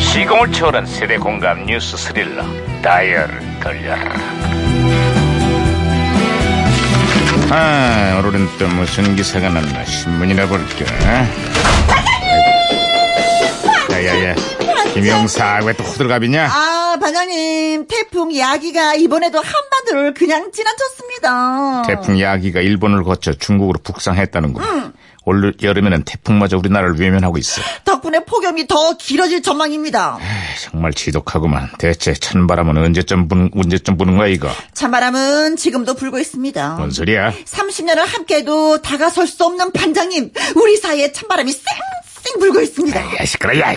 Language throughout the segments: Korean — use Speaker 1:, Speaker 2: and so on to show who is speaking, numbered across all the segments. Speaker 1: 시공을 초월한 세대 공감 뉴스 스릴러 다이얼 돌려라 아 오늘은 또 무슨 기사가 났나 신문이나 볼까 야야야 김영사 왜 또 호들갑이냐
Speaker 2: 아, 반장님, 태풍 야기가 이번에도 한반도를 그냥 지나쳤습니다.
Speaker 1: 태풍 야기가 일본을 거쳐 중국으로 북상했다는구만 올 여름에는 태풍마저 우리나라를 외면하고 있어
Speaker 2: 아. 덕분에 폭염이 더 길어질 전망입니다.
Speaker 1: 에이, 정말 지독하구만 대체 찬바람은 언제쯤 부는, 언제쯤 부는 거야 이거
Speaker 2: 찬바람은 지금도 불고 있습니다.
Speaker 1: 뭔 소리야
Speaker 2: 30년을 함께해도 다가설 수 없는 반장님, 우리 사이에 찬바람이 쌩쌩 불고 있습니다.
Speaker 1: 야 시끄러 야
Speaker 2: 아,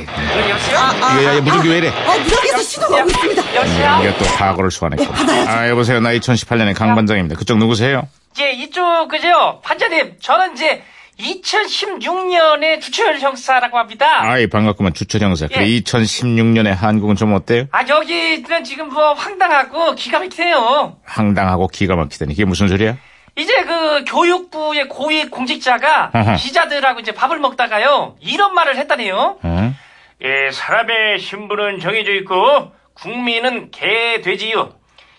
Speaker 1: 야, 야, 예, 무전기 왜 이래?
Speaker 2: 아, 무전기에서 신호가 오고 있습니다.
Speaker 3: 아, 여보세요?
Speaker 1: 이게 또 사고를 소환했고.
Speaker 2: 예, 받아야지.
Speaker 1: 아, 여보세요. 나 2018년의 강반장입니다. 그쪽 누구세요?
Speaker 3: 예, 이쪽, 그죠? 판자님, 저는 이제 2016년에 주철 형사라고 합니다.
Speaker 1: 아이, 반갑구만. 주철 형사. 그래,
Speaker 3: 예.
Speaker 1: 2016년에 한국은 좀 어때요?
Speaker 3: 아, 여기는 지금 뭐 황당하고 기가 막히네요.
Speaker 1: 황당하고 기가 막히더니. 이게 무슨 소리야?
Speaker 3: 이제 그 교육부의 고위 공직자가
Speaker 1: 아하.
Speaker 3: 기자들하고 이제 밥을 먹다가요. 이런 말을 했다네요.
Speaker 1: 응?
Speaker 3: 예, 사람의 신분은 정해져 있고, 국민은 개, 돼지요.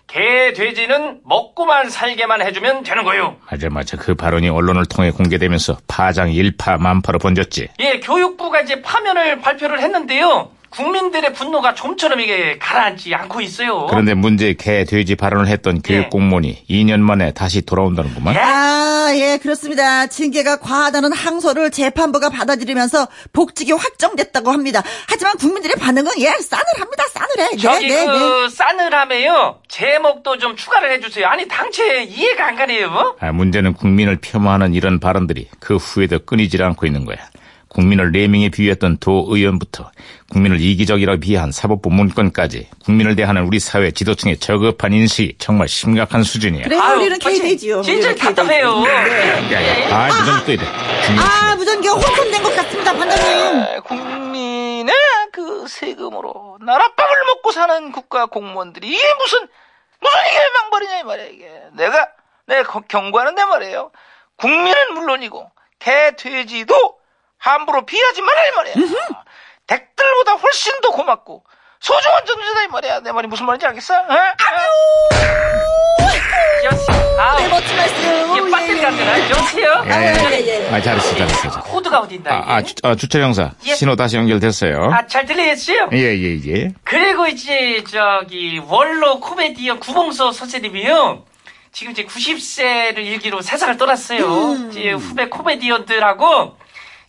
Speaker 3: 개, 돼지는 먹고만 살게만 해주면 되는 거요.
Speaker 1: 맞아, 맞아. 그 발언이 언론을 통해 공개되면서 파장 일파 만파로 번졌지.
Speaker 3: 예, 교육부가 이제 파면을 발표를 했는데요. 국민들의 분노가 좀처럼 이게 가라앉지 않고 있어요.
Speaker 1: 그런데 문제의 개, 돼지 발언을 했던
Speaker 2: 예.
Speaker 1: 교육 공무원이 2년 만에 다시 돌아온다는구만.
Speaker 3: 예?
Speaker 2: 아, 예, 그렇습니다. 징계가 과하다는 항소를 재판부가 받아들이면서 복직이 확정됐다고 합니다. 하지만 국민들의 반응은 예, 싸늘합니다. 싸늘해. 네,
Speaker 3: 저기 그 싸늘함에요. 제목도 좀 추가를 해주세요. 아니 당최 이해가 안 가네요.
Speaker 1: 아, 문제는 국민을 폄하하는 이런 발언들이 그 후에도 끊이질 않고 있는 거야. 국민을 레밍에 비유했던 도 의원부터 국민을 이기적이라 비하한 사법부 문건까지 국민을 대하는 우리 사회 지도층의 저급한 인식이 정말 심각한 수준이야.
Speaker 2: 그래, 네, 우리는
Speaker 3: 당신
Speaker 2: K대지요. 네.
Speaker 3: 진짜 답답해요.
Speaker 1: 야, 야, 아, 그 정도 또 이래. 중요한
Speaker 2: 아, 무전기가 혼선된 것 같습니다, 반장님.
Speaker 4: 국민의 그 세금으로 나라밥을 먹고 사는 국가 공무원들이 이게 무슨 무슨 이게 망벌이냐 이 말이야 이게 내가 내가 거- 경고하는데 말이에요 국민은 물론이고 개 돼지도 함부로 비하지 말라 이 말이야 댓글보다 훨씬 더 고맙고 소중한 존재다 이 말이야 내 말이 무슨 말인지 알겠어? 어?
Speaker 3: 아,
Speaker 2: 네, 멋진 말씀.
Speaker 3: 이게 빠뜨리가 안 되나? 여보세요?
Speaker 1: 거.
Speaker 2: 아, 예, 예.
Speaker 1: 아, 잘했어, 잘했어. 잘했어.
Speaker 3: 코드가 어디 있나?
Speaker 1: 아, 아, 주, 아, 주철 형사.
Speaker 3: 예.
Speaker 1: 신호 다시 연결됐어요.
Speaker 3: 아, 잘 들리겠어요?
Speaker 1: 예, 예, 예.
Speaker 3: 그리고 이제 저기 원로 코미디언 구봉서 선생님이요. 지금 이제 90세를 일기로 세상을 떠났어요.
Speaker 2: 음.
Speaker 3: 이제 후배 코미디언들하고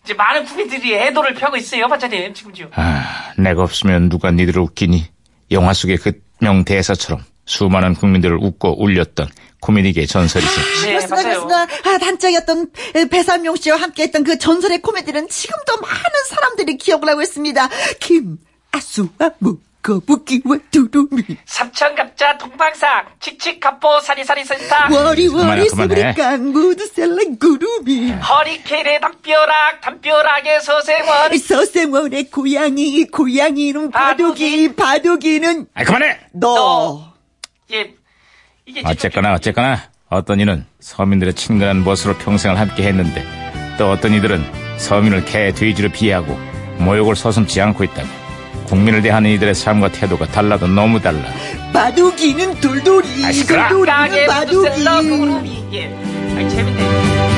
Speaker 3: 이제 많은 후배들이 애도를 펴고 있어요. 반장님 지금요. 네,
Speaker 1: 아, 내가 없으면 누가 니들을 웃기니? 영화 속의 그 명 대사처럼 수많은 국민들을 웃고 울렸던 코미디계의 전설이지.
Speaker 2: 그렇습니다, 그렇습니다. 아, 단짝이었던 배삼용 씨와 함께했던 그 전설의 코미디는 지금도 많은 사람들이 기억을 하고 있습니다. 김, 아수와 무. 거북이와 두루미
Speaker 3: 삼천갑자 동방상 칙칙갑보 사리사리센터
Speaker 2: 워리워리
Speaker 1: 아, 그만해, 그만해.
Speaker 2: 수브리깐 모두 셀랑 구름이
Speaker 3: 허리케인의 담벼락 담벼락의 서생원
Speaker 2: 서생원의 고양이 고양이는 바둑이 바둑이는
Speaker 1: 아, 그만해!
Speaker 2: 아, 너
Speaker 3: 예 이게 지금
Speaker 1: 아, 어쨌거나 어쨌거나 어떤 이는 서민들의 친근한 멋으로 평생을 함께했는데 또 어떤 이들은 서민을 개 돼지로 비하하고 모욕을 서슴지 않고 있다고 국민을 대하는 이들의 삶과 태도가 달라도 너무 달라
Speaker 2: 바둑이는 돌돌이
Speaker 1: 아, 시끄러.
Speaker 2: 돌돌이는
Speaker 3: 가게
Speaker 2: 바둑이
Speaker 3: 부두셀러 구름이 예 아니 재밌네